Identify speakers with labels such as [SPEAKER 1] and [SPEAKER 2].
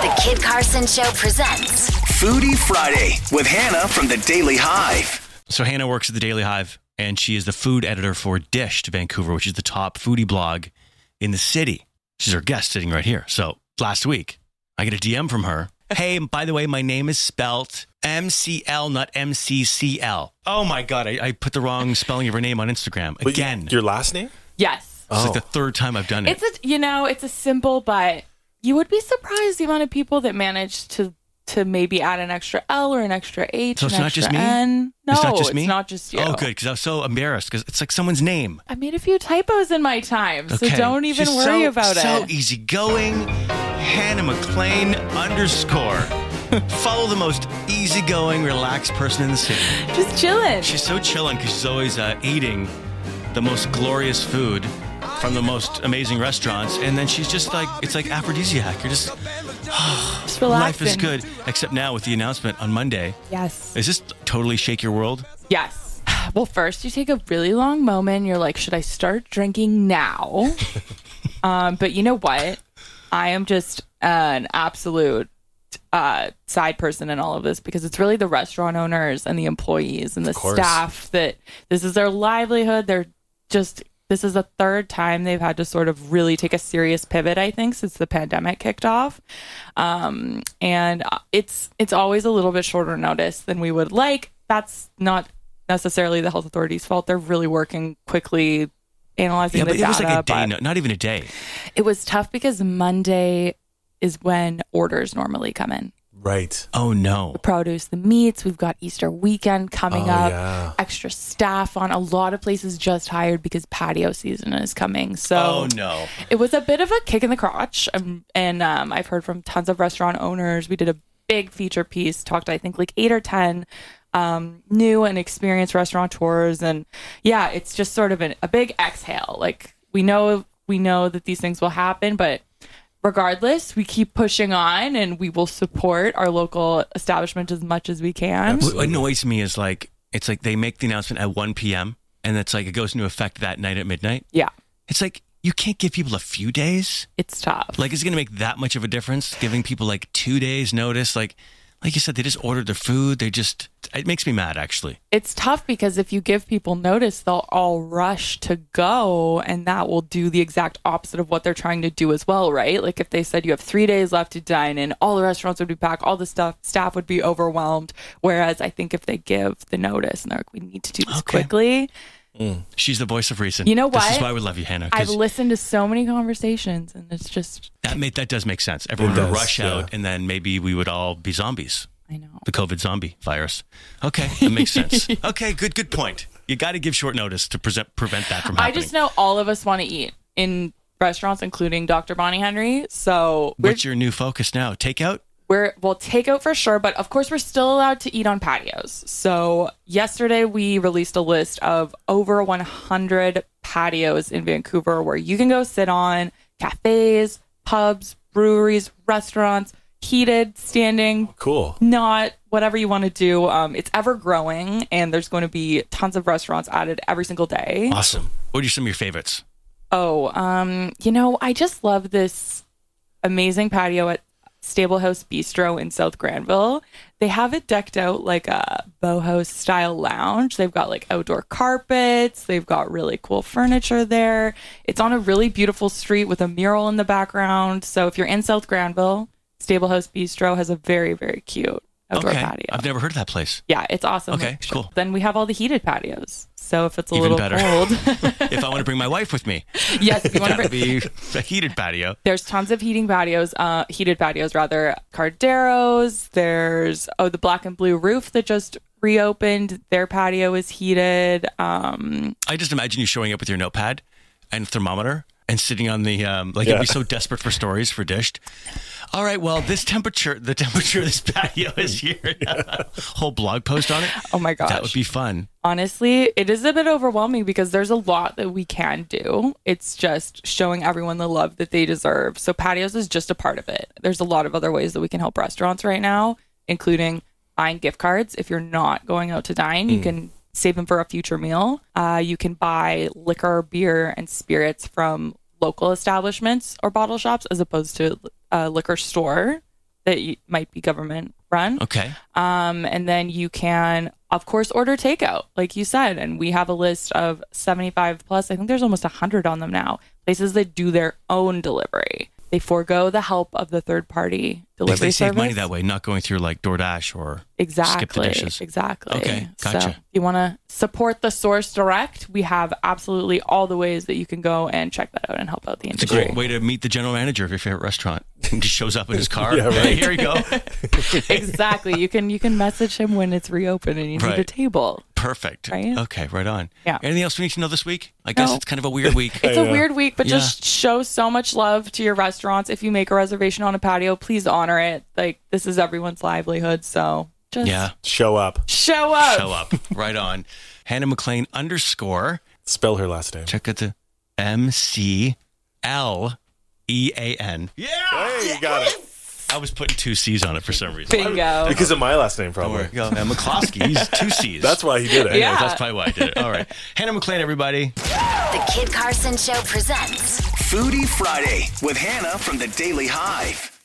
[SPEAKER 1] The Kid Carson Show presents
[SPEAKER 2] Foodie Friday with Hannah from the Daily Hive.
[SPEAKER 3] So Hannah works at the Daily Hive, and she is the food editor for Dished Vancouver, which is the top foodie blog in the city. She's our guest sitting right here. So last week, I get a DM from her. Hey, and by the way, my name is spelt MCL, not MCCL. Oh my God, I, I put the wrong spelling of her name on Instagram
[SPEAKER 4] But you-
[SPEAKER 3] again.
[SPEAKER 4] your last name? Oh,
[SPEAKER 5] Yes.
[SPEAKER 3] It's like the third time I've done it.
[SPEAKER 5] It's a you know, it's a simple but you would be surprised the amount of people that manage to to maybe add an extra L or an extra H.
[SPEAKER 3] So it's
[SPEAKER 5] an
[SPEAKER 3] not just
[SPEAKER 5] extra
[SPEAKER 3] me?
[SPEAKER 5] N. No,
[SPEAKER 3] it's not just me.
[SPEAKER 5] It's not just you.
[SPEAKER 3] Oh, good, because I was so embarrassed because it's like someone's name.
[SPEAKER 5] I made a few typos in my time, so
[SPEAKER 3] Okay.
[SPEAKER 5] don't even
[SPEAKER 3] She's
[SPEAKER 5] worry
[SPEAKER 3] so-
[SPEAKER 5] about
[SPEAKER 3] So e-
[SPEAKER 5] it.
[SPEAKER 3] easygoing, Hannah McLean underscore. Follow the most easygoing, relaxed person in the city.
[SPEAKER 5] Just chilling.
[SPEAKER 3] She's so chilling because she's always uh, eating the most glorious food from the most amazing restaurants, and then she's just like it's like aphrodisiac. You're just
[SPEAKER 5] Just relaxing.
[SPEAKER 3] life is good, except now with the announcement on Monday.
[SPEAKER 5] Yes.
[SPEAKER 3] Is this totally shake your world?
[SPEAKER 5] Yes. Well, first you take a really long moment. You're like, should I start drinking now? um, but you know what? I am just an absolute uh, side person in all of this because it's really the restaurant owners and the employees and the
[SPEAKER 4] course.
[SPEAKER 5] staff that this is their livelihood. They're just this is the third time they've had to sort of really take a serious pivot. I think since the pandemic kicked off um, and uh, it's it's always a little bit shorter notice than we would like. That's not necessarily the health authorities' fault. They're really working quickly, analyzing
[SPEAKER 3] yeah,
[SPEAKER 5] the
[SPEAKER 3] but
[SPEAKER 5] data.
[SPEAKER 3] it was like a day,
[SPEAKER 5] but
[SPEAKER 3] no, not even a day.
[SPEAKER 5] it was tough because Monday is when orders normally come in.
[SPEAKER 4] Right.
[SPEAKER 3] Oh no!
[SPEAKER 5] Produce, the meats. We've got Easter weekend coming
[SPEAKER 4] Oh,
[SPEAKER 5] up.
[SPEAKER 4] yeah.
[SPEAKER 5] Extra staff on a lot of places just hired because patio season is coming. So
[SPEAKER 3] Oh no!
[SPEAKER 5] it was a bit of a kick in the crotch um, and um, i've heard from tons of restaurant owners we did a big feature piece talked to, i think like eight or ten um, new and experienced restaurateurs and yeah it's just sort of an, a big exhale like we know we know that these things will happen but regardless we keep pushing on and we will support our local establishment as much as we can
[SPEAKER 3] What annoys me is like it's like they make the announcement at 1 p.m. and it's like it goes into effect that night at midnight.
[SPEAKER 5] yeah
[SPEAKER 3] It's like you can't give people a few days.
[SPEAKER 5] it's tough
[SPEAKER 3] Like, is it going to make that much of a difference? Giving people like two days notice, like, like you said, they just ordered their food. They just, it makes me mad actually.
[SPEAKER 5] it's tough because if you give people notice, they'll all rush to go, and that will do the exact opposite of what they're trying to do as well, right? Like if they said you have three days left to dine in, all the restaurants would be packed, all the stuff staff would be overwhelmed. Whereas I think if they give the notice and they're like, we need to do this
[SPEAKER 3] Okay.
[SPEAKER 5] quickly,
[SPEAKER 3] She's the voice of reason.
[SPEAKER 5] You know
[SPEAKER 3] This is
[SPEAKER 5] what?
[SPEAKER 3] why we love you, Hannah.
[SPEAKER 5] I've
[SPEAKER 3] Because
[SPEAKER 5] listened to so many conversations, and it's just
[SPEAKER 3] that made that does make sense. Everyone
[SPEAKER 4] It
[SPEAKER 3] would
[SPEAKER 4] does,
[SPEAKER 3] rush out, and then maybe we would all be zombies.
[SPEAKER 5] I know.
[SPEAKER 3] The COVID zombie virus. Okay, that makes sense. Okay, good, good point. You got to give short notice to present, prevent that from
[SPEAKER 5] I
[SPEAKER 3] happening.
[SPEAKER 5] just know all of us want to eat in restaurants, including Dr. Bonnie Henry. So we're
[SPEAKER 3] What's your new focus now? Takeout?
[SPEAKER 5] we're well takeout for sure but of course we're still allowed to eat on patios so yesterday we released a list of over 100 patios in vancouver where you can go sit on cafes pubs breweries restaurants heated standing
[SPEAKER 4] Cool.
[SPEAKER 5] not whatever you want to do um, it's ever growing and there's going to be tons of restaurants added every single day
[SPEAKER 3] Awesome. What are some of your favorites?
[SPEAKER 5] Oh, um, you know, I just love this amazing patio at Stable House Bistro in South Granville. They have it decked out like a boho style lounge. They've got like outdoor carpets. They've got really cool furniture there. It's on a really beautiful street with a mural in the background. So if you're in South Granville, Stable House Bistro has a very very cute outdoor
[SPEAKER 3] okay,
[SPEAKER 5] patio.
[SPEAKER 3] I've never heard of that place.
[SPEAKER 5] yeah, it's awesome.
[SPEAKER 3] Okay, cool.
[SPEAKER 5] Then we have all the heated patios. So if it's a
[SPEAKER 3] Even
[SPEAKER 5] little
[SPEAKER 3] better.
[SPEAKER 5] cold,
[SPEAKER 3] if I want to bring my wife with me,
[SPEAKER 5] yes, if you want to
[SPEAKER 3] that'd be a heated patio.
[SPEAKER 5] There's tons of heating patios, uh, heated patios rather. Carderos. There's oh the black and blue roof that just reopened. Their patio is heated. Um,
[SPEAKER 3] I just imagine you showing up with your notepad and thermometer and sitting on the um, like you'd be so desperate for stories for dished. All right, well, this temperature, the temperature of this patio is here. Whole blog post on it.
[SPEAKER 5] oh my gosh.
[SPEAKER 3] That would be fun.
[SPEAKER 5] Honestly, it is a bit overwhelming because there's a lot that we can do. It's just showing everyone the love that they deserve. So patios is just a part of it. There's a lot of other ways that we can help restaurants right now, including buying gift cards. If you're not going out to dine, you can save them for a future meal. Uh, you can buy liquor, beer, and spirits from local establishments or bottle shops as opposed to a liquor uh, store. that you, might be government run.
[SPEAKER 3] Okay.
[SPEAKER 5] Um, and then you can, of course, order takeout, like you said. And we have a list of 75 plus, I think there's almost 100 on them now, places that do their own delivery. They forego the help of the third party delivery
[SPEAKER 3] Because they save
[SPEAKER 5] service.
[SPEAKER 3] money that way, not going through like DoorDash or
[SPEAKER 5] Exactly.
[SPEAKER 3] skip the dishes.
[SPEAKER 5] Exactly.
[SPEAKER 3] Okay,
[SPEAKER 5] So
[SPEAKER 3] gotcha.
[SPEAKER 5] if you want to support the source direct, we have absolutely all the ways that you can go and check that out and help out the
[SPEAKER 3] It's a
[SPEAKER 5] industry.
[SPEAKER 3] great way to meet the general manager of your favorite restaurant. He just shows up in his car.
[SPEAKER 4] Yeah, right.
[SPEAKER 3] Hey, here you go.
[SPEAKER 5] exactly. You can you can message him when it's reopened and you need a
[SPEAKER 3] Right.
[SPEAKER 5] table.
[SPEAKER 3] Perfect.
[SPEAKER 5] Right?
[SPEAKER 3] Okay, right on.
[SPEAKER 5] Yeah.
[SPEAKER 3] Anything else we need to know this week? I guess
[SPEAKER 5] No.
[SPEAKER 3] it's kind of a weird week.
[SPEAKER 5] It's a weird week, but
[SPEAKER 3] Yeah.
[SPEAKER 5] just show so much love to your restaurants. If you make a reservation on a patio, please honor it. Like this is everyone's livelihood, so just
[SPEAKER 3] yeah.
[SPEAKER 4] Show up.
[SPEAKER 5] show up.
[SPEAKER 3] Show up. Right on. Hannah McLean underscore.
[SPEAKER 4] Spell her last name.
[SPEAKER 3] Check out the M C L E A N. Yeah.
[SPEAKER 4] Hey, you got it.
[SPEAKER 3] I was putting two C's on it for some reason.
[SPEAKER 5] Bingo.
[SPEAKER 4] Because of my last name,
[SPEAKER 3] Don't
[SPEAKER 4] probably.
[SPEAKER 3] worry. Go. Uh, McCloskey. He's two C's.
[SPEAKER 4] That's why he did it.
[SPEAKER 5] Yeah.
[SPEAKER 3] That's probably why I did it. All right. Hannah McLean, everybody.
[SPEAKER 1] The Kid Carson Show presents.
[SPEAKER 2] Foodie Friday with Hannah from the Daily Hive.